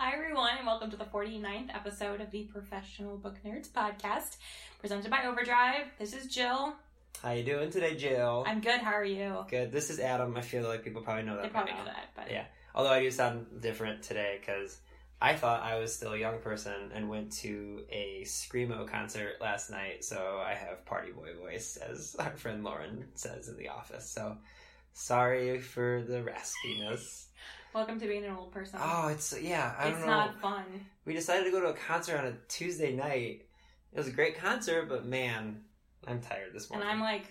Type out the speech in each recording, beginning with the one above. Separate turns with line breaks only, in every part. Hi, everyone, and welcome to the 49th episode of the Professional Book Nerds podcast, presented by Overdrive. This is Jill.
How you doing today, Jill?
I'm good. How are you?
good. This is Adam. I feel like people probably know that.
They
by
probably
now.
know that, but
Yeah. Although I do sound different today because I thought I was still a young person and went to a screamo concert last night, so I have party boy voice, as our friend Lauren says in the office. So sorry for the raspiness.
welcome to being an old person.
oh, it's yeah. I
it's
don't know.
not fun.
we decided to go to a concert on a Tuesday night. It was a great concert, but man, I'm tired this
And
morning.
I'm like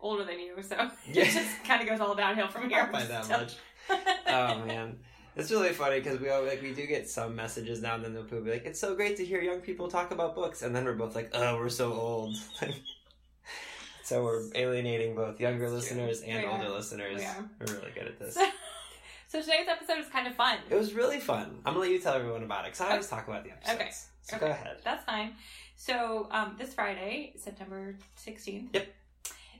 older than you, so
Yeah.
it just kind of goes all downhill from here.
not by that
So-
much. oh man, it's really funny because we all, like we do get some messages now and then. They'll be like, "It's so great to hear young people talk about books," and then we're both like, "Oh, we're so old." so we're alienating both younger listeners and
We are.
older listeners.
We are.
We're really good at this.
so, so today's episode is kind of fun.
it was really fun. I'm gonna let you tell everyone about it because I always talk about the episodes.
Okay.
So go ahead.
That's fine. So um, this Friday, September 16th,
Yep.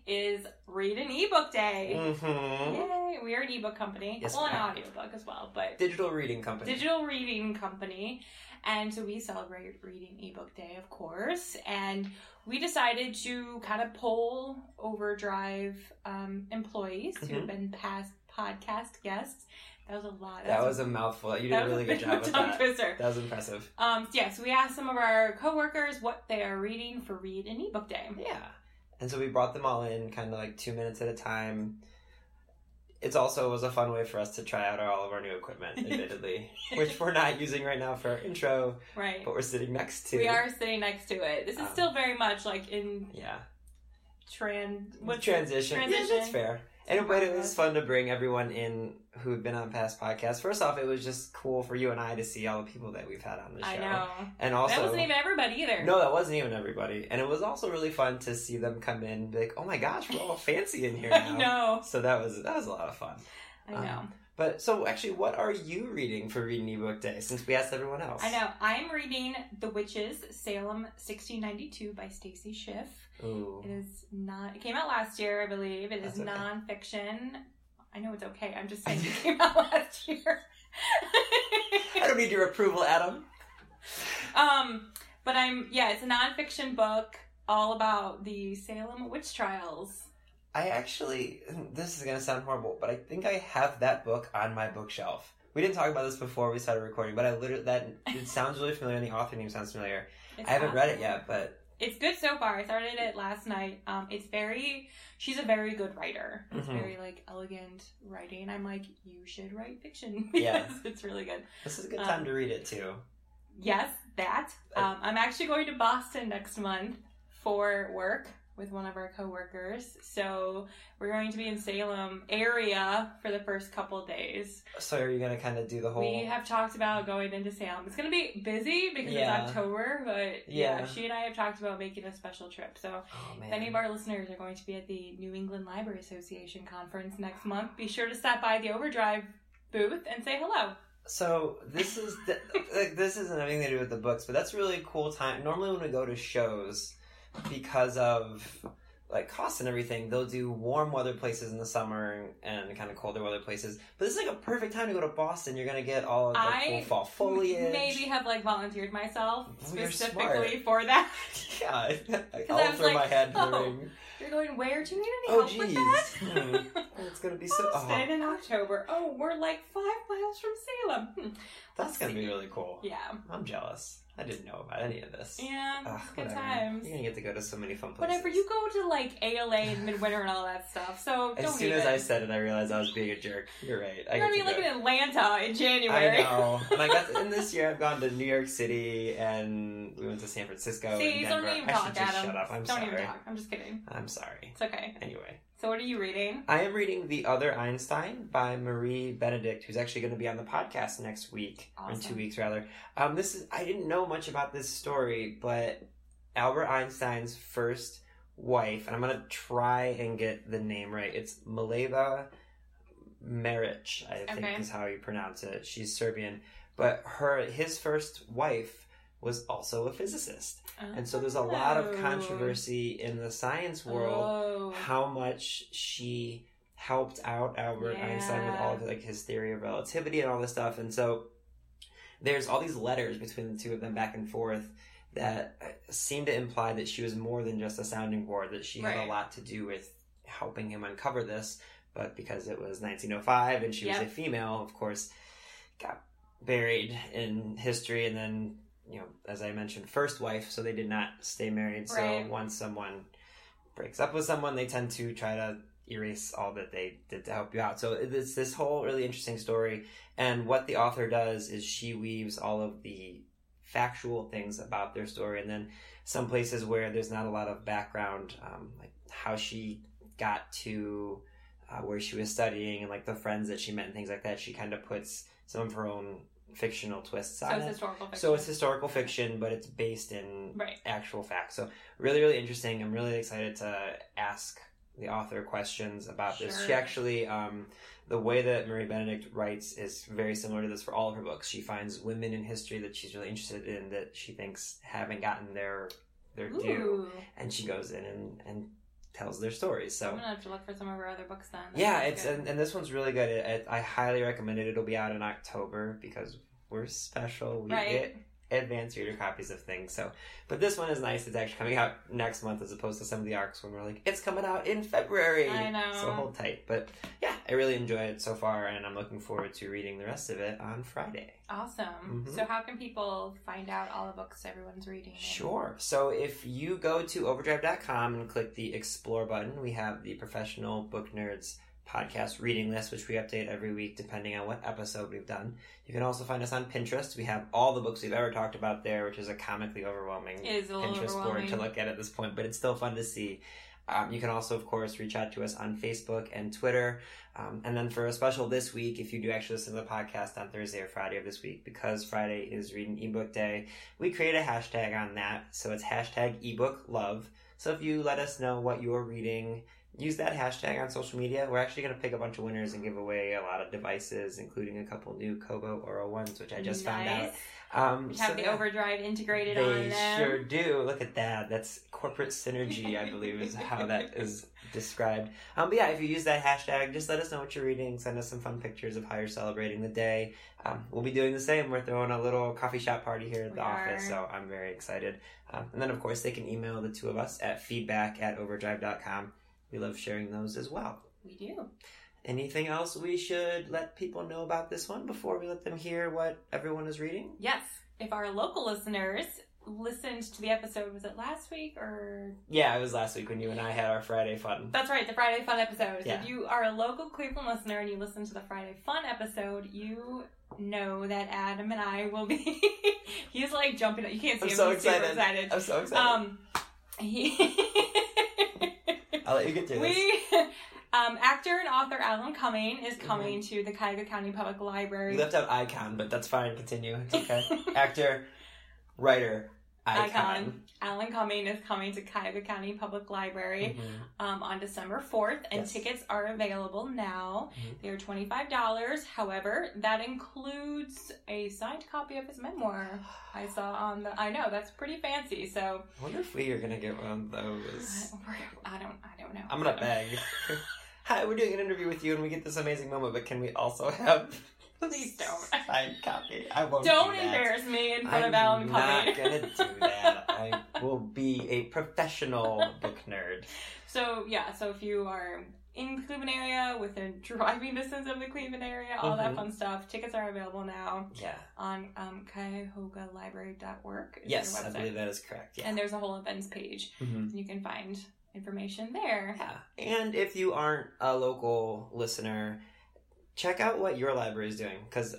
is Read an Ebook Day.
hmm
Yay! We are an ebook company.
Yes,
well,
we
an
are.
audiobook as well, but
Digital reading company.
digital reading company. And so we celebrate Reading Ebook Day, of course. And we decided to kind of poll Overdrive um, employees who have been past podcast guests. That was a lot.
Mm-hmm. that was a mouthful. You did a
that was
really good
big
job with
tongue
that.
twister.
That was impressive.
Um, yeah, so we asked some of our coworkers what they are reading for Read an Ebook Day.
Yeah. And so we brought them all in kind of like two minutes at a time. It's also was a fun way for us to try out our, all of our new equipment, admittedly, which we're not using right now for our intro,
Right.
but we're sitting next to.
We are sitting next to it. This is
Um,
still very much like in
Yeah.
trans. what's it?
transition.
Transition.
Yeah, that's fair. And but it was fun to bring everyone in who had been on past podcasts. First off, it was just cool for you and I to see all the people that we've had on the show.
I know.
And also,
that wasn't even everybody either.
No, that wasn't even everybody. And it was also really fun to see them come in and be like, oh my gosh, we're all fancy in here now.
I know.
So that was that was a lot of fun.
I
Um,
know.
But so actually what are you reading for reading ebook day since we asked everyone else?
I know. I'm reading The Witches, Salem 1692 by Stacy Schiff. It
Ooh.
is not it came out last year, I believe. It is
That's okay.
nonfiction. I know it's okay. I'm just saying it came out last year.
I don't need your approval, Adam.
um but I'm yeah, it's a nonfiction book all about the Salem witch trials.
I actually this is gonna sound horrible, but I think I have that book on my bookshelf. We didn't talk about this before we started recording, but I literally that it sounds really familiar and the author name sounds familiar.
It's
I haven't
not-
read it yet, but
It's good so far. I started it last night. Um, it's very, she's a very good writer. It's
Mhm.
very like elegant writing. I'm like, you should write fiction because
Yeah.
it's really good.
this is a good
Um,
time to Uh, read it too.
Yes, that. Um, I'm actually going to Boston next month for work with one of our coworkers. So we're going to be in Salem area for the first couple of days.
So are you gonna kinda do the whole
We have talked about going into Salem. It's going to be busy because
Yeah.
it's October, but yeah.
Yeah.
she and I have talked about making a special trip. So
Oh,
If any of our listeners are going to be at the New England Library Association conference next month, be sure to stop by the Overdrive booth and say hello.
So this is the, like this isn't anything to do with the books, but that's a really cool time. Normally, when we go to shows, because of like costs and everything, they'll do warm weather places in the summer and kind of colder weather places. But this is like a perfect time to go to Boston. You're gonna get all of Oh, the
I
cool fall foliage.
Maybe have like volunteered myself
Well, you're
specifically for that.
Yeah, I, I,
I
I'll
was
throw my
like,
hat in the
oh,
ring.
You're going where to? You need any
Oh,
help with
jeez.
that?
It's gonna be so. oh,
Boston in October. Oh, we're like five miles from Salem. Hmm.
that's gonna be really cool.
Yeah.
I'm jealous. I didn't know about any of this.
Yeah.
Ugh,
good
whatever.
times.
You're gonna get to go to so many fun places.
Whatever. You go to like ALA and Midwinter and all that stuff. So
As
don't
soon
need
as
it.
I said it, I realized I was being a jerk. You're right. I
you're gonna
get
be like
to do
in
it.
Atlanta in January.
I know. And I got and this year I've gone to New York City and we went to San Francisco.
See,
and
don't
Denver.
even
I should
talk,
just
Adam.
shut up. I'm
don't
sorry.
even talk. I'm just kidding.
I'm sorry.
It's okay.
Anyway,
It's So what are you reading?
I am reading The Other Einstein by Marie Benedict, who's actually going to be on the podcast next week, or in two
Awesome.
weeks rather. Um, this is I didn't know much about this story, but Albert Einstein's first wife, and I'm going to try and get the name right. It's Mileva Maric, I think
Okay.
is how you pronounce it. She's Serbian, but her his first wife was also a physicist, and so there's a lot of
Oh.
controversy in the science world
Oh.
how much she helped out Albert Einstein with
Yeah.
all of like his theory of relativity and all this stuff. And so there's all these letters between the two of them back and forth that uh, seem to imply that she was more than just a sounding board, that she had
Right.
a lot to do with helping him uncover this. But because it was 1905 and she was
Yep.
a female, of course, got buried in history and then you know as i mentioned first wife so they did not stay married
Right.
so once someone breaks up with someone they tend to try to erase all that they did to help you out so it's this whole really interesting story and what the author does is she weaves all of the factual things about their story and then some places where there's not a lot of background um, like how she got to uh, where she was studying and like the friends that she met and things like that she kind of puts some of her own fictional twists
So
on
it's
it
historical fiction.
so it's historical fiction but it's based in
Right.
actual facts so really really interesting i'm really excited to ask the author questions about this she
Sure.
actually um, the way that marie benedict writes is very similar to this for all of her books she finds women in history that she's really interested in that she thinks haven't gotten their their
Ooh.
due and she goes in and, and tells their stories so
I'm gonna have to look for some of her other books then. That
yeah,
sounds
it's
good.
and, and this one's really good. It, it, I highly recommend it. It'll be out in October because we're special. We
Right.
get advanced reader copies of things. So, but this one is nice. It's actually coming out next month as opposed to some of the arcs when we're like, it's coming out in February.
I know.
So hold tight. But yeah, I really enjoy it so far, and I'm looking forward to reading the rest of it on Friday.
awesome.
Mhm.
So how can people find out all the books everyone's reading? and-
Sure. So if you go to overdrive.com and click the explore button, we have the professional book nerds podcast reading list, which we update every week depending on what episode we've done. You can also find us on Pinterest. We have all the books we've ever talked about there, which is a comically overwhelming
It is a little
Pinterest board
overwhelming.
to look at at this point, but it's still fun to see. Um, you can also, of course, reach out to us on Facebook and Twitter. Um, and then for a special this week, if you do actually listen to the podcast on Thursday or Friday of this week, because Friday is Reading Ebook Day, we create a hashtag on that. So it's hashtag ebook love. So if you let us know what you're reading, use that hashtag on social media. We're actually going to pick a bunch of winners and give away a lot of devices, including a couple new Kobo Aura ones, which I just found out.
Nice.
Um,
We have
so
the
yeah.
overdrive integrated
They
on them.
sure do. Look at that. That's corporate synergy, I believe, is how that is described. Um, but yeah, if you use that hashtag, just let us know what you're reading. Send us some fun pictures of how you're celebrating the day. Um, we'll be doing the same. We're throwing a little coffee shop party here at
We
the office,
are.
so I'm very excited. Um, and then, of course, they can email the two of us at feedback at overdrive.com. We love sharing those as well.
We do.
Anything else we should let people know about this one before we let them hear what everyone is reading?
Yes. If our local listeners listened to the episode, was it last week or
Yeah, it was last week when you and I had our Friday fun.
That's right, the Friday Fun episode.
Yeah.
If you are a local Cleveland listener and you listen to the Friday Fun episode, you know that Adam and I will be. he's like jumping. You can't see
I'm
him.
so
he's
excited.
Super excited.
I'm so excited.
Um, he.
I'll let you get through this.
we. Um, actor and author Alan Cumming is coming to the Cuyahoga County Public Library.
Mm-hmm. You left out icon, but that's fine. Continue. It's okay. Actor, writer, icon.
Icon. Alan Cumming is coming to Cuyahoga County Public Library.
Mhm.
um, on December 4th, and
Yes.
tickets are available now.
Mhm.
They are $25. However, that includes a signed copy of his memoir. I saw on the. I know, that's pretty fancy. So,
I wonder if we are gonna get one of those.
I don't, I don't know.
I'm gonna beg. Hi, we're doing an interview with you, and we get this amazing moment. But can we also have?
Please don't.
Signed copy. I won't.
Don't
do that.
embarrass me in front
I'm
of Alan
not
Cumming.
gonna do that. I will be a professional book nerd.
So yeah, so if you are in the Cleveland area within driving distance of the Cleveland area, all that
Mhm.
fun stuff, tickets are available now
Yeah.
on um, CuyahogaLibrary.org. is
Yes,
their
I
website.
believe that is correct. Yeah.
And there's a whole events page.
Mhm.
You can find information there.
Yeah. And if you aren't a local listener, check out what your library is doing because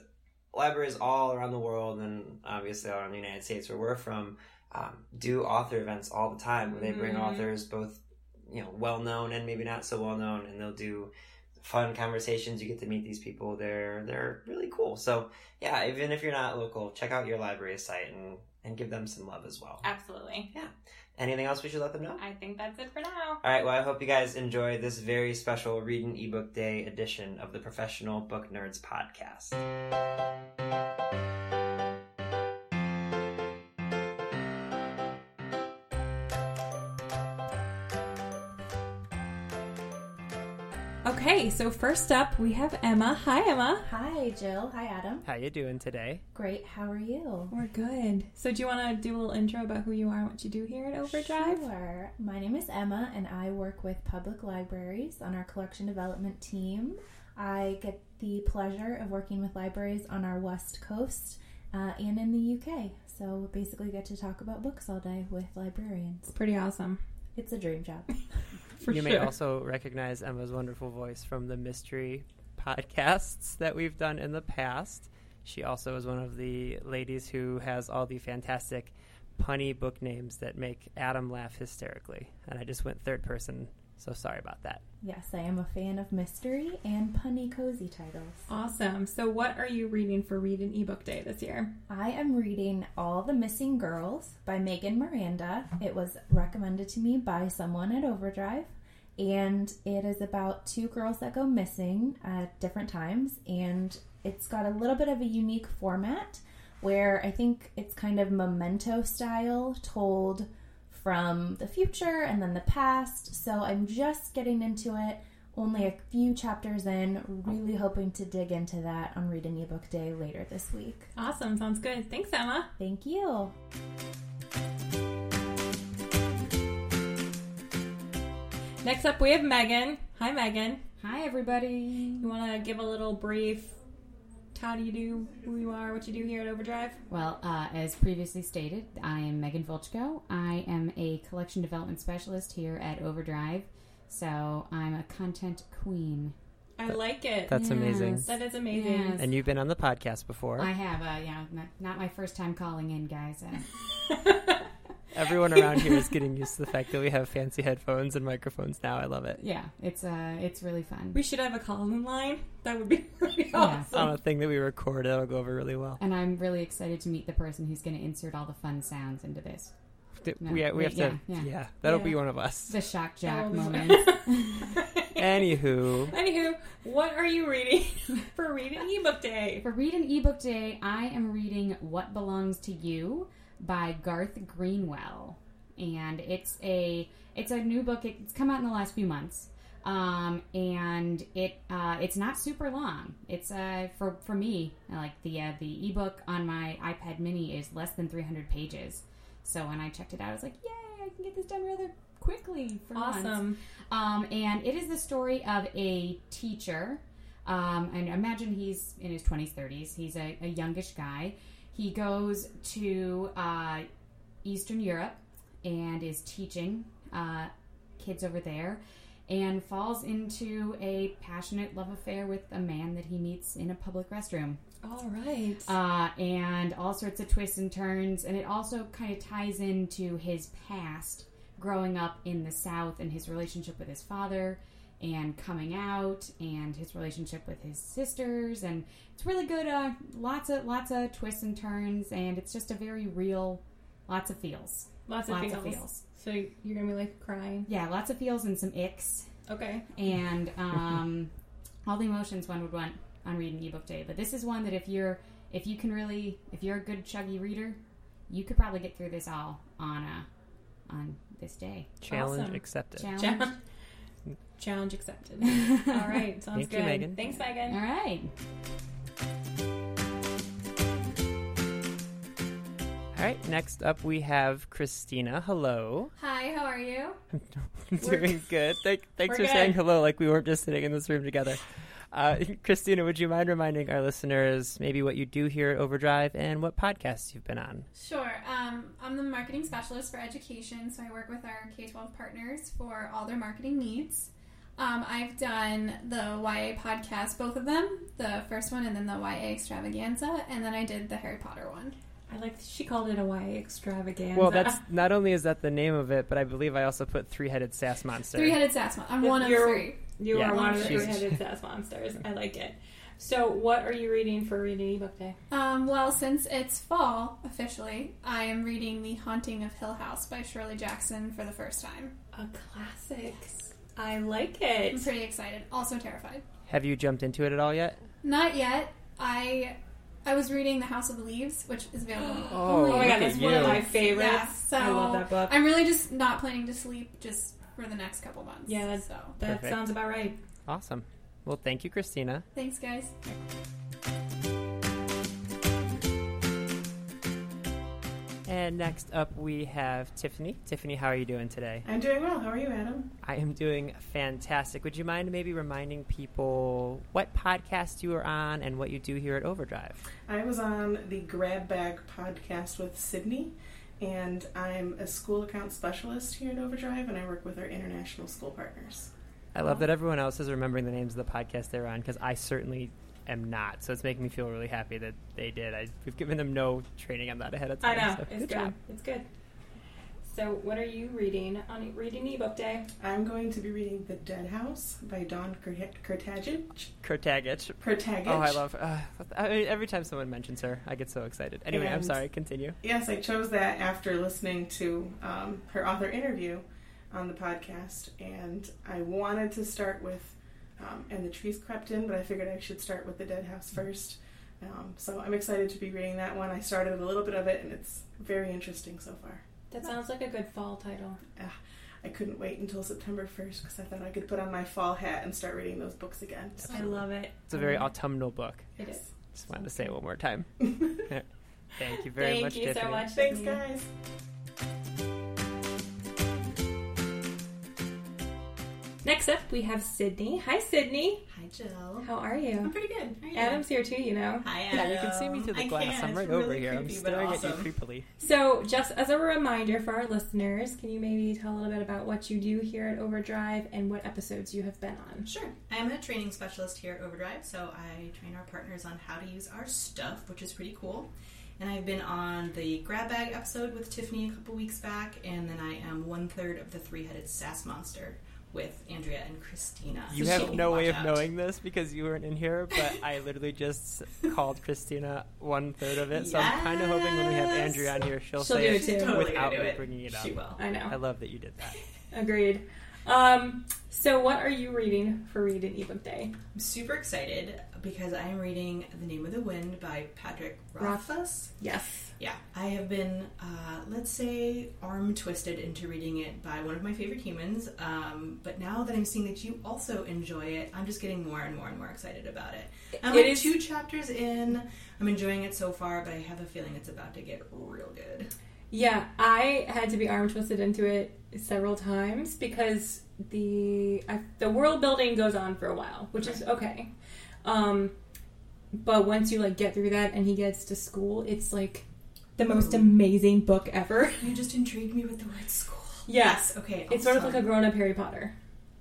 libraries all around the world and obviously all around the United States where we're from um, do author events all the time where they bring
Mhm.
authors both
you know well known and maybe not so well known, and they'll do fun conversations. You get to meet these people. They're they're really cool. So yeah, even if you're not local, check out your library site and and give them some love as well.
Absolutely.
Anything else we should let them know?
I think that's it for now.
All right, well, I hope you guys enjoy this very special Read an Ebook Day edition of the Professional Book Nerds podcast.
Okay, so first up we have Emma. Hi, Emma.
Hi, Jill. Hi, Adam.
How you doing today?
Great. How are you?
We're good. So, do you want to do a little intro about who you are and what you do here at Overdrive?
Sure. My name is Emma, and I work with public libraries on our collection development team. I get the pleasure of working with libraries on our West Coast uh, and in the UK. So basically, get to talk about books all day with librarians.
Pretty awesome.
It's a dream job.
For
you
sure.
may also recognize Emma's wonderful voice from the mystery podcasts that we've done in the past. She also is one of the ladies who has all the fantastic punny book names that make Adam laugh hysterically. And I just went third person, so sorry about that.
yes, I am a fan of mystery and punny cozy titles.
Awesome. So, what are you reading for Read an Ebook Day this year?
I am reading All the Missing Girls by Megan Miranda. It was recommended to me by someone at Overdrive, and it is about two girls that go missing at different times, and it's got a little bit of a unique format where I think it's kind of memento style told from the future and then the past. So I'm just getting into it, only a few chapters in, really hoping to dig into that on Read an Ebook Day later this week.
Awesome. Sounds good. Thanks, Emma.
Thank you.
Next up we have Megan. Hi, Megan.
Hi, everybody.
You want to give a little brief? How do you do? Who you are? What you do here at Overdrive?
Well, uh, as previously stated, I am Megan Volchko. I am a collection development specialist here at Overdrive, so I'm a content queen.
I like it.
That's amazing.
Yes.
That is amazing.
Yes.
And you've been on the podcast before.
I have, uh, yeah, not, not my first time calling in, guys. Uh,
Everyone around here is getting used to the fact that we have fancy headphones and microphones now. I love it.
yeah, it's uh, it's really fun.
We should have a call in line. That would be really
Yeah.
On
awesome.
a thing that we record, that'll go over really well.
and I'm really excited to meet the person who's going to insert all the fun sounds into this.
Th-
No.
We, we have
Yeah,
to, yeah,
yeah.
that'll
Yeah.
be one of us.
The shock jock
That will be-
moment.
Anywho,
Anywho, what are you reading for Read an Ebook Day?
For Read an Ebook Day, I am reading What Belongs to You by Garth Greenwell. And it's a it's a new book. It's come out in the last few months. Um, and it uh, it's not super long. It's uh, for for me like the uh, the ebook on my iPad Mini is less than 300 pages. So when I checked it out, I was like, "Yay! I can get this done rather quickly." For once.
Awesome.
Um, and it is the story of a teacher. Um, and imagine he's in his 20s, 30s. He's a, a youngish guy. He goes to uh, Eastern Europe and is teaching uh, kids over there and falls into a passionate love affair with a man that he meets in a public restroom
All right.
uh, and all sorts of twists and turns. And it also kind of ties into his past growing up in the South and his relationship with his father and coming out and his relationship with his sisters and it's really good uh, lots of lots of twists and turns and it's just a very real lots of feels
lots of,
lots
feels.
of feels
So you're gonna be like crying.
yeah lots of feels and some icks
Okay.
and um, all the emotions one would want on reading ebook day. But this is one that if you're if you can really if you're a good chuggy reader, you could probably get through this all on uh, on this day.
challenge
Awesome.
accepted.
Challenge.
Challenge, challenge accepted. All right. Sounds
Thank you,
good.
Megan.
Thanks, Megan.
All right.
All right, next up we have Christina. Hello.
Hi, how are you?
Doing good. Thank, thanks for
We're
saying
good.
hello like we weren't just sitting in this room together. Uh, Christina, would you mind reminding our listeners maybe what you do here at Overdrive and what podcasts you've been on?
Sure. Um, I'm the marketing specialist for education, so I work with our K 12 partners for all their marketing needs. Um, I've done the YA podcast, both of them, the first one and then the YA extravaganza, and then I did the Harry Potter one.
I like she called it a YA extravaganza.
Well, that's not only is that the name of it, but I believe I also put three-headed sass monster.
Three headed Sasmon. I'm one of
You're-
three.
You
Yeah.
are one of the
She's-
three-headed sass monsters. I like it. So, what are you reading for Reading Ebook Day?
Um, well, since it's fall officially, I am reading The Haunting of Hill House by Shirley Jackson for the first time.
A classic. I like
I'm
it.
pretty excited, also terrified.
Have you jumped into it at all yet?
Not yet. I I was reading The House of the Leaves, which is available.
Oh,
Oh my god, that's one of my favorites.
Yeah, so
I love that book.
I'm really just not planning to sleep just for the next couple months.
Yeah, that's-
So
That
Perfect.
sounds about right.
Awesome. Well, thank you, Christina.
thanks, guys.
And next up, we have Tiffany. Tiffany, how are you doing today?
I'm doing well. How are you, Adam?
I am doing fantastic. Would you mind maybe reminding people what podcast you are on and what you do here at Overdrive?
I was on the Grab Bag podcast with Sydney, and I'm a school account specialist here at Overdrive, and I work with our international school partners.
I love
Oh.
that everyone else is remembering the names of the podcast they're on because I certainly am not. So it's making me feel really happy that they did. I, we've given them no training on that ahead of
I
time.
know.
so
it's good.
job.
It's good. So, what are you reading on Reading Ebook Day?
I'm going to be reading The Dead House by Don Kurt- Kurtagic.
Kurtagic.
Kurtagic.
Oh, I love. Uh, I mean, every time someone mentions her, I get so excited. Anyway, I'm
And-
sorry. Continue.
Yes, I chose that after listening to um, her author interview on the podcast, and I wanted to start with um, And the Trees Crept In, but I figured I should start with The Dead House
Mm-hmm.
first. Um, so I'm excited to be reading that one. I started a little bit of it, and it's very interesting so far. Ah,
That sounds like a good fall title.
I couldn't wait until September 1st because I thought I could put on my fall hat and start reading those books again. So,
I love it.
It's a very
Um,
autumnal book.
It is.
Just wanted to say it one more time. Thank you very
Thank
much,
you
Tiffany.
so much.
Thanks,
Tiffany.
guys.
Next up, we have Sydney. Hi, Sydney.
Hi, Jill.
How are
I'm
you?
pretty good. How are you?
Adam's here too, you know.
Hi, Adam.
Yeah, you can see me through the
I
glass.
can.
I'm
It's
right
really
over here. I'm
creepy, but
staring
awesome.
at you creepily.
So, just as a reminder for our listeners, can you maybe tell a little bit about what you do here at Overdrive and what episodes you have been on?
Sure. I'm a training specialist here at Overdrive, so I train our partners on how to use our stuff, which is pretty cool. And I've been on the grab bag episode with Tiffany a couple weeks back, and then I am one third of the three headed sass monster with Andrea and Christina.
You
So
have no
watch
way of
out.
knowing this because you weren't in here, but I literally just called Christina one third of it. So I'm kind of hoping when we have
Yes.
Andrea on here, she'll,
She'll
say
do
it
it too.
Totally gonna
without
do
me
it.
bringing it up.
She will.
I know.
I love that you did that.
Agreed. Um, so, what are you reading for Read an Ebook Day?
I'm super excited because I am reading The Name of the Wind by Patrick
Roth-
Rothfuss.
Yes.
Yeah, I have been, uh, let's say, arm twisted into reading it by one of my favorite humans. Um, but now that I'm seeing that you also enjoy it, I'm just getting more and more and more excited about it. I'm
It
like
is-
two chapters in. I'm enjoying it so far, but I have a feeling it's about to get real good.
Yeah, I had to be arm twisted into it several times because the I, the world building goes on for a while, which is okay. Um, but once you like get through that and he gets to school, it's like the most amazing book ever.
You just intrigued me with the word school.
Yes.
Okay.
It's sort of like a grown up Harry Potter.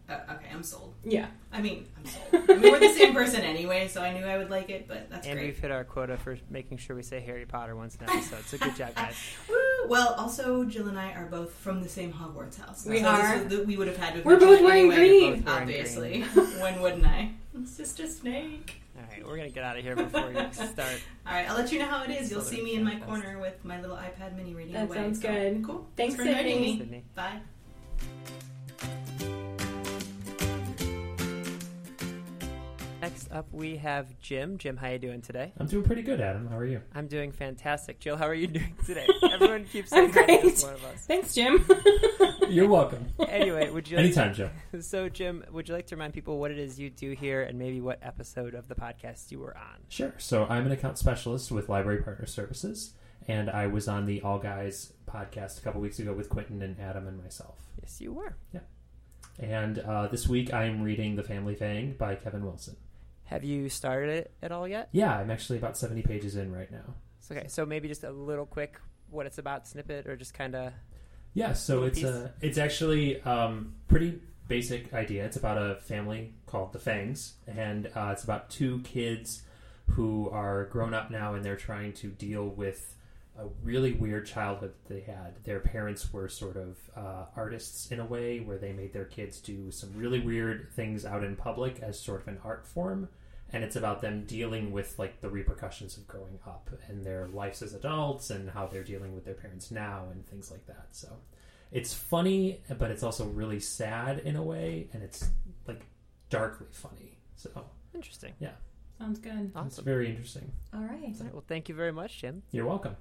a. Uh, okay, I'm sold.
Yeah.
I mean, I'm sold. I mean, we're the same person anyway, so I knew I would like it, but that's
and
great.
we've hit our quota for making sure we say Harry Potter once an episode. So good job, guys.
Woo! Well, also Jill and I are both from the same Hogwarts house.
We
so
are.
This is the, we would have had to. have
We're both
mentioned
wearing
anyway,
green.
both
Wearing
obviously. when wouldn't I? Sister Snake.
All right, we're gonna get out of here before you start.
All right, I'll let you know how it is. You'll see me in my
Fantastic.
corner with my little iPad Mini reading
That
away.
sounds
so,
good.
Cool.
Thanks,
for inviting
Sydney.
me.
Sydney.
Bye.
Next up, we have Jim. Jim, how you doing today?
I'm doing pretty good, Adam. How are you?
I'm doing fantastic. Jill, how are you doing today? Everyone keeps saying
I'm
that to just
great.
one of us.
Thanks, Jim.
You're welcome.
Anyway, would you like
Anytime, Joe.
So, Jim, would you like to remind people what it is you do here and maybe what episode of the podcast you were on?
Sure. So I'm an account specialist with Library Partner Services, and I was on the All Guys podcast a couple weeks ago with Quentin and Adam and myself.
Yes, you were.
And uh, this week I'm reading The Family Fang by Kevin Wilson.
Have you started it at all yet?
Yeah, I'm actually about 70 pages in right now.
It's okay, so maybe just a little quick what it's about snippet or just kind of.
Yeah, so
Little
it's uh,
piece.
a it's actually um, pretty basic idea. It's about a family called the Fangs, and uh, it's about two kids who are grown up now, and they're trying to deal with a really weird childhood that they had. Their parents were sort of uh, artists in a way, where they made their kids do some really weird things out in public as sort of an art form. And it's about them dealing with like the repercussions of growing up and their lives as adults and how they're dealing with their parents now and things like that. So it's funny, but it's also really sad in a way, and it's like darkly funny. So
Interesting.
Yeah.
Sounds good.
it's very interesting.
All right.
All right, Well, thank you very much, Jim.
You're welcome.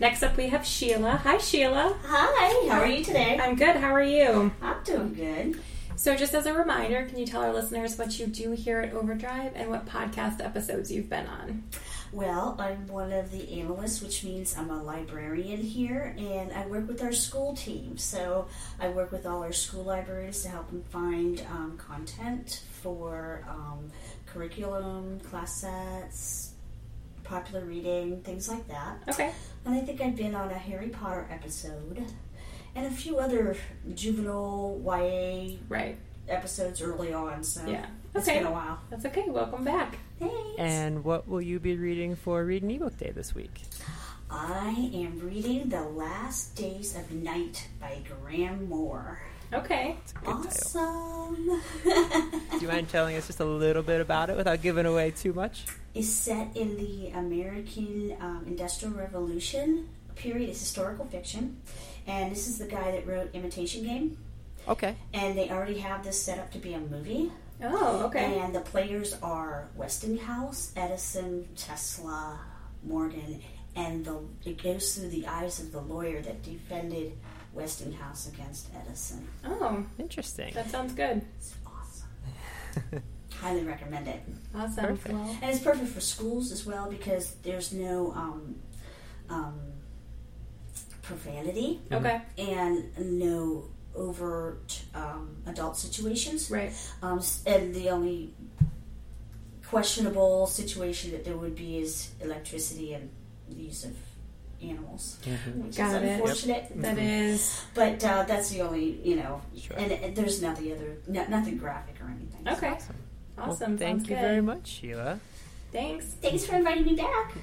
Next up, we have Sheila. Hi, Sheila.
Hi, how are you today?
I'm good. How are you?
I'm doing good.
So, just as a reminder, can you tell our listeners what you do here at Overdrive and what podcast episodes you've been on?
Well, I'm one of the analysts, which means I'm a librarian here, and I work with our school team. So I work with all our school libraries to help them find um, content for um, curriculum, class sets, popular reading, things like that.
Okay.
And I think I've been on a Harry Potter episode and a few other juvenile YA
right.
episodes early on. So
Yeah.
it's
Okay.
been a while.
That's okay. Welcome back.
And what will you be reading for Read an Ebook Day this week?
I am reading The Last Days of Night by Graham Moore.
Okay.
Awesome.
Do you mind telling us just a little bit about it without giving away too much?
It's set in the American um, Industrial Revolution period. It's historical fiction. And this is the guy that wrote Imitation Game.
Okay.
And they already have this set up to be a movie.
Oh, okay.
And the players are Westinghouse, Edison, Tesla, Morgan, and the it goes through the eyes of the lawyer that defended Westinghouse against Edison.
Oh,
interesting.
That sounds good.
Highly recommend it.
Awesome. Perfect. Well-
And it's perfect for schools as well because there's no um, um, profanity.
Okay.
And no overt um, adult situations.
Right.
Um, s- and the only questionable situation that there would be is electricity and the use of animals. Which
Got
is
it.
unfortunate.
Yep. That is.
But uh, that's the only, you know, and, and there's nothing other, no, nothing graphic or anything. so.
Okay.
Well,
Awesome.
thank
sounds
you
good.
very much, Sheila.
Thanks.
Thanks for inviting me back.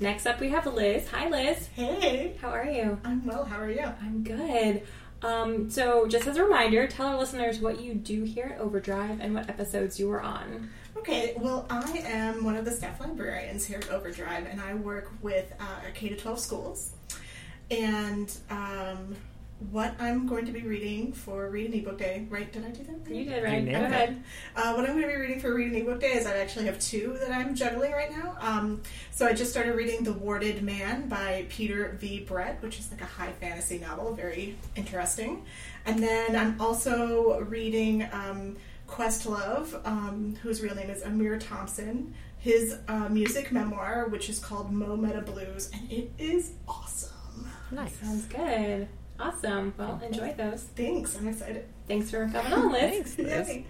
Next up, we have Liz. Hi, Liz.
Hey.
How are you?
I'm well. How are you?
I'm good. Um, so, just as a reminder, tell our listeners what you do here at Overdrive and what episodes you were on.
Okay, well, I am one of the staff librarians here at Overdrive, and I work with uh, our K to 12 schools. And um, what I'm going to be reading for Read an Ebook Day, right? Did I do that?
You did right. You nailed Go it. ahead.
Uh, what I'm going to be reading for Read an Ebook Day is I actually have two that I'm juggling right now. Um, so I just started reading The Warded Man by Peter V. Brett, which is like a high fantasy novel, very interesting. And then I'm also reading um, Questlove, um, whose real name is Amir Thompson, his uh, music memoir, which is called Mo Meta Blues, and it is awesome.
Nice. Sounds good. Awesome. Well, enjoy those.
Thanks. I'm excited.
Thanks for coming on, Liz.
Thanks, Liz.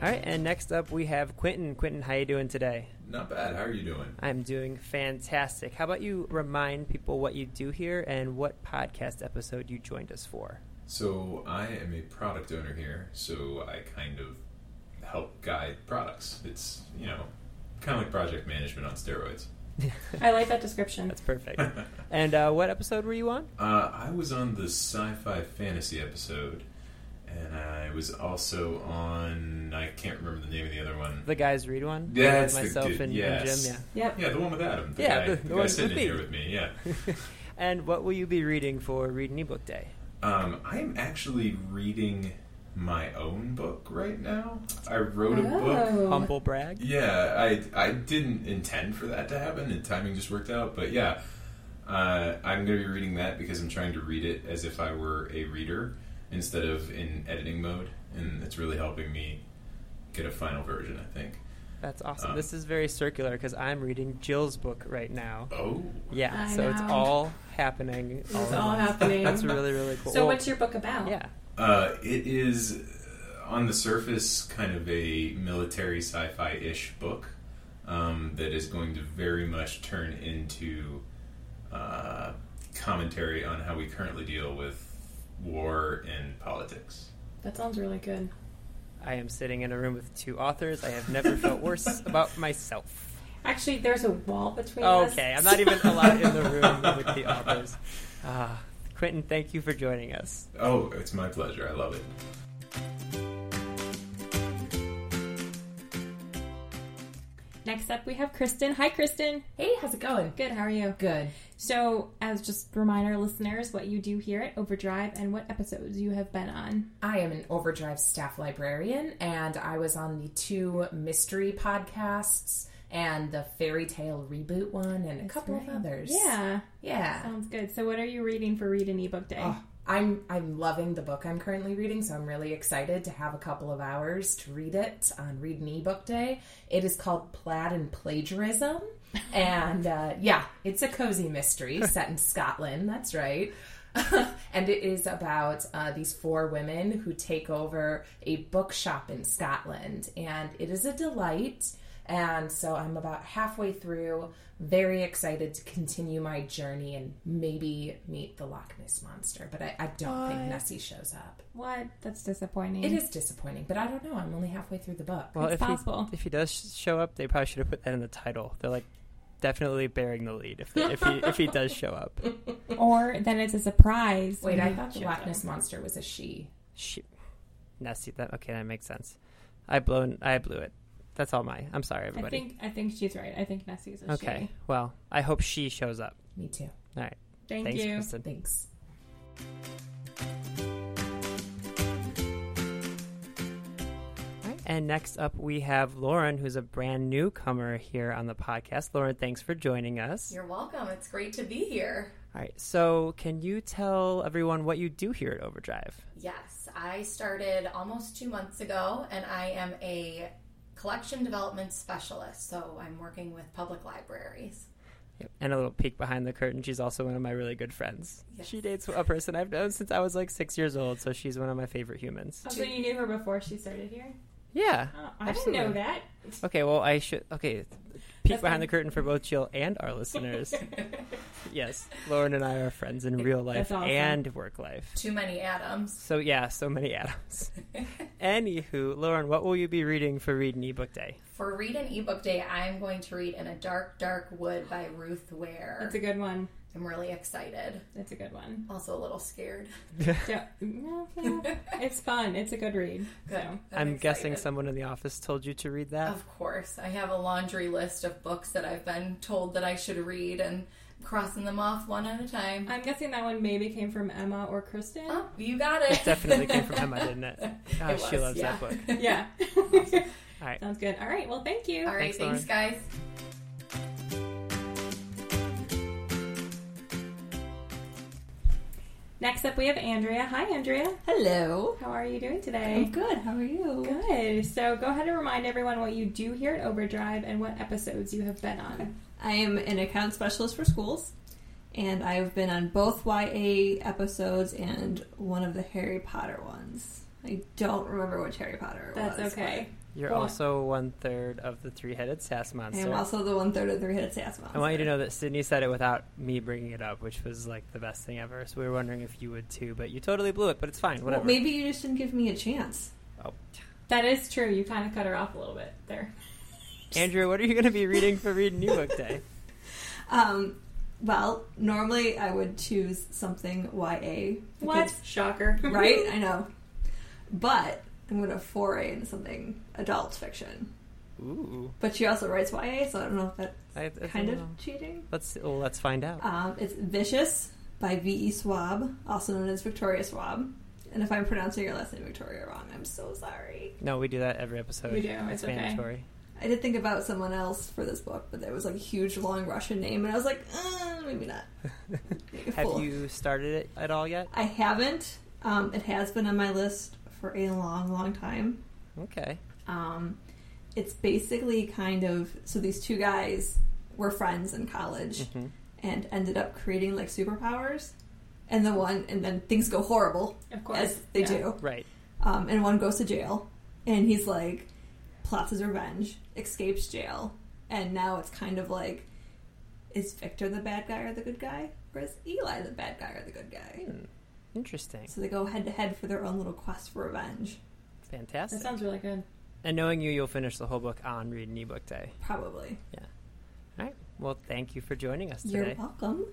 All right, and next up we have Quentin. Quentin, how you doing today?
Not bad. How are you doing?
I'm doing fantastic. How about you remind people what you do here and what podcast episode you joined us for?
So I am a product owner here, so I kind of help guide products. It's you know kind of like project management on steroids.
I like that description.
That's perfect. and uh, what episode were you on?
Uh, I was on the sci-fi fantasy episode, and I was also on I can't remember the name of the other one.
The guys read one.
Yeah, it's the
myself
good-
and- and,
yes.
Jim. Yeah.
Yep. Yeah, the one with Adam, the
yeah,
guy-
the,
the
the
guy
one
sitting
with
in here
me.
with me, yeah.
and what will you be reading for Read an Ebook Day?
Um, I'm actually reading my own book right now. I wrote a book.
Humble brag.
Yeah, I I didn't intend for that to happen, and timing just worked out. But yeah, uh, I'm going to be reading that because I'm trying to read it as if I were a reader instead of in editing mode, and it's really helping me get a final version. I think.
That's awesome.
Um,
this is very circular because I'm reading Jill's book right now.
Oh.
Yeah,
I
so it's
know.
all happening.
It's
at
all
once.
happening.
That's really, really cool.
So,
Well,
what's your book about?
Yeah.
Uh, it is uh, on the surface kind of a military sci-fi ish book um, that is going to very much turn into uh, commentary on how we currently deal with war and politics.
That sounds really good.
I am sitting in a room with two authors. I have never felt worse about myself.
Actually, there's a wall between us.
Okay, I'm not even allowed in the room with the authors. Ah, Quentin, thank you for joining us.
Oh, it's my pleasure. I love it.
Next up, we have Kristen. Hi, Kristen.
Hey, how's it going?
Good. How are you?
Good.
So, as just remind our listeners, what you do here at Overdrive and what episodes you have been on.
I am an Overdrive staff librarian, and I was on the two mystery podcasts and the fairy tale reboot one and a couple of others.
Yeah,
Yeah.
Sounds good. So, what are you reading for Read an Ebook Day?
Oh, I'm I'm loving the book I'm currently reading, so I'm really excited to have a couple of hours to read it on Read an Ebook Day. It is called Plaid and Plagiarism, and uh, yeah, it's a cozy mystery set in Scotland. That's right. and it is about uh, these four women who take over a bookshop in Scotland, and it is a delight. And so I'm about halfway through, very excited to continue my journey and maybe meet the Loch Ness monster. But I, I don't
What?
think Nessie shows up.
What? That's disappointing.
It is disappointing, but I don't know. I'm only halfway through the book.
Well, if he if he does sh- show up, they probably should have put that in the title. They're like definitely bearing the lead if they, if he if he does show up.
or then it's a surprise.
Wait,
when
I
you
thought the
show
Loch
up.
Ness monster was a she.
She, Nessie, that okay, that makes sense. I blown I blew it. That's all my. I'm sorry,
I
everybody.
think I think she's right. I think Nessie's a
okay,
she.
well, I hope she shows up.
Me too.
All right.
Thank
Thanks,
you.
Kristen.
Thanks.
And next up, we have Lauren, who's a brand newcomer here on the podcast. Lauren, thanks for joining us.
You're welcome. It's great to be here.
All right. So, can you tell everyone what you do here at Overdrive?
Yes, I started almost two months ago, and I am a collection development specialist. So I'm working with public libraries.
Yep. And a little peek behind the curtain, she's also one of my really good friends.
Yes.
She dates a person I've known since I was like six years old, so she's one of my favorite humans.
Oh, so you knew her before she started here?
Yeah.
Oh, I didn't know
absolutely.
that.
Okay, well, I should. Okay, peek behind the curtain for both Jill and our listeners. yes, Lauren and I are friends in real life
That's awesome.
and work life.
Too many atoms.
So, yeah, so many atoms. Anywho, Lauren, what will you be reading for Read an Ebook Day?
For Read an Ebook Day, I'm going to read In a Dark, Dark Wood by Ruth Ware.
That's a good one.
I'm really excited.
That's a good one.
Also a little scared.
Yeah, no, yeah. it's fun. It's a good read. So.
I'm, guessing someone in the office told you to read that.
Of course, I have a laundry list of books that I've been told that I should read and crossing them off one at a time.
I'm guessing that one maybe came from Emma or Kristen. Oh,
you got it.
It definitely came from Emma, didn't it? Ah,
It
she
was,
loves
yeah.
that book.
yeah.
All right.
Sounds good. All right. Well, thank you.
All right,
Thanks,
thanks, guys.
Next up, we have Andrea. Hi, Andrea.
Hello.
How are you doing today?
I'm good. How are you?
Good. So go ahead and remind everyone what you do here at Overdrive and what episodes you have been on.
I am an account specialist for schools, and I've been on both YA episodes and one of the Harry Potter ones. I don't remember which Harry Potter it
That's
was,
okay.
You're
Well-
also one third of the three headed sass
but I
monster.
am also the one third of the Headed Sass
I want you to know that Sydney said it without me bringing it up, which was like the best thing ever. So we were wondering if you would too, but you totally blew it. But it's fine, whatever.
Well, maybe you just didn't give me a chance.
Oh.
That is true. You kind of cut her off a little bit there.
Andrew, what are you going to be reading for Read New Book Day?
Um, well, normally I would choose something YA.
What? Shocker.
right? I know. But I'm going to foray into something adult fiction.
Ooh.
But she also writes YA, so I don't know if that's
I- I don't
kind of
know.
cheating.
Let's well, let's find out.
Um, it's Vicious by V.E. Swab, also known as Victoria Swab. And if I'm pronouncing your last name Victoria wrong, I'm so sorry.
no, we do that every episode.
We do,
It's
it's okay.
mandatory.
I did think about someone else for this book, but there was like a huge long Russian name, and I was like, uh, maybe not.
Have
Cool.
you started it at all yet?
I haven't. Um, it has been on my list for a long, long time.
Okay.
Um, it's basically kind of so these two guys were friends in college
Mhm.
and ended up creating like superpowers, and the one and then things go horrible,
of course,
as they
yeah.
do,
Right.
Um, and one goes to jail, and he's like plots his revenge, escapes jail, and now it's kind of like is Victor the bad guy or the good guy, or is Eli the bad guy or the good guy?
Hmm.
Interesting.
So they go head to head for their own little quest for revenge.
Fantastic.
That sounds
really good.
And knowing you, you'll finish the whole book on reading ebook day.
Probably.
Yeah. All right. Well, thank you for joining us today.
You're welcome.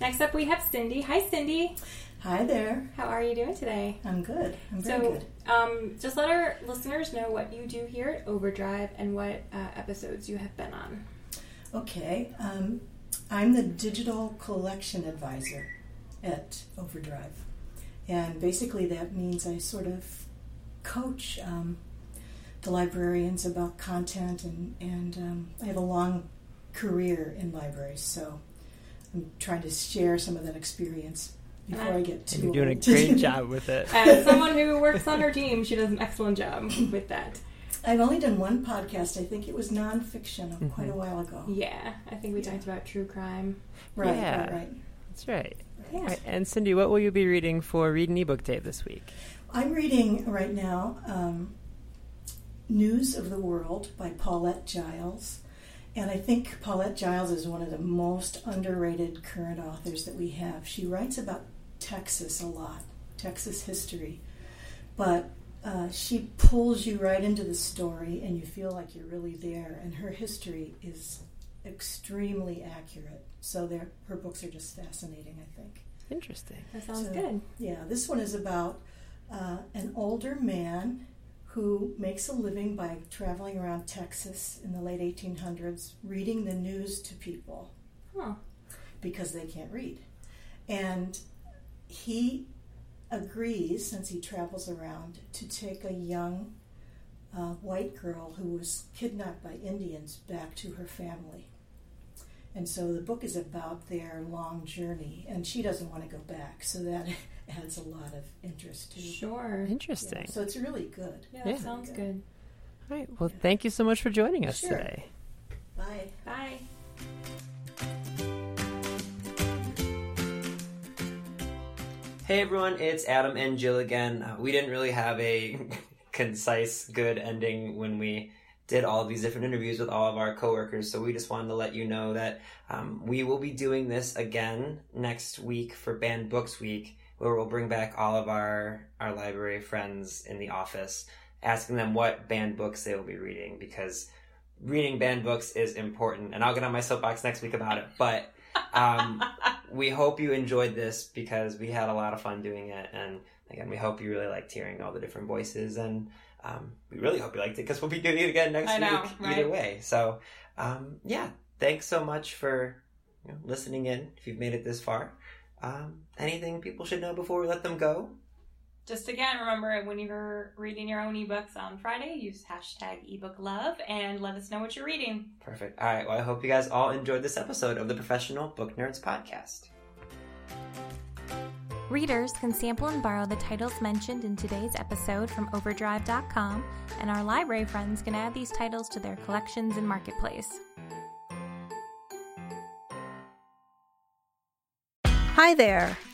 Next up, we have Cindy. Hi, Cindy.
Hi there.
How are you doing today?
I'm good. I'm very
so,
good.
Um, just let our listeners know what you do here at Overdrive and what uh, episodes you have been on.
Okay, um, I'm the digital collection advisor at Overdrive. And basically, that means I sort of coach um, the librarians about content, and, and um, I have a long career in libraries, so I'm trying to share some of that experience before I get too
You're doing a
old.
great job with it.
As someone who works on her team, she does an excellent job with that.
I've only done one podcast. I think it was nonfiction of quite a while ago.
Mm-hmm. Yeah, I think we talked about true crime.
Right,
Yeah.
right, right.
That's right.
Yeah.
All right, And Cindy, what will you be reading for reading ebook day this week?
I'm reading right now um, News of the World by Paulette Giles. And I think Paulette Giles is one of the most underrated current authors that we have. She writes about Texas a lot, Texas history. But uh, she pulls you right into the story and you feel like you're really there. And her history is extremely accurate. So they're- her books are just fascinating, I think.
Interesting.
That sounds
So,
good.
Yeah, this one is about uh, an older man who makes a living by traveling around Texas in the late 1800s, reading the news to people
Huh.
because they can't read. And he agrees, since he travels around, to take a young uh, white girl who was kidnapped by Indians back to her family. And so the book is about their long journey, and she doesn't want to go back, so that adds a lot of interest to
Sure.
Interesting.
Yeah, so it's really good.
Yeah, that Yeah. sounds good.
All right. Well, thank you so much for joining us
Sure.
today.
Bye.
Bye.
Hey everyone, it's Adam and Jill again. Uh, We didn't really have a concise, good ending when we did all these different interviews with all of our coworkers, so we just wanted to let you know that um, we will be doing this again next week for Banned Books Week, where we'll bring back all of our, our library friends in the office, asking them what banned books they will be reading, because reading banned books is important, and I'll get on my soapbox next week about it, but. Um, we hope you enjoyed this because we had a lot of fun doing it and again we hope you really liked hearing all the different voices and um, we really hope you liked it because we'll be doing it again next
I know,
week
right?
either way so um, yeah thanks so much for you know, listening in if you've made it this far um, anything people should know before we let them go
Just again, remember when you're reading your own ebooks on Friday, use hashtag ebooklove and let us know what you're reading.
perfect all right well i hope you guys all enjoyed this episode of the professional book nerds podcast
Readers can sample and borrow the titles mentioned in today's episode from Overdrive.com, and our library friends can add these titles to their collections and marketplace.
Hi there.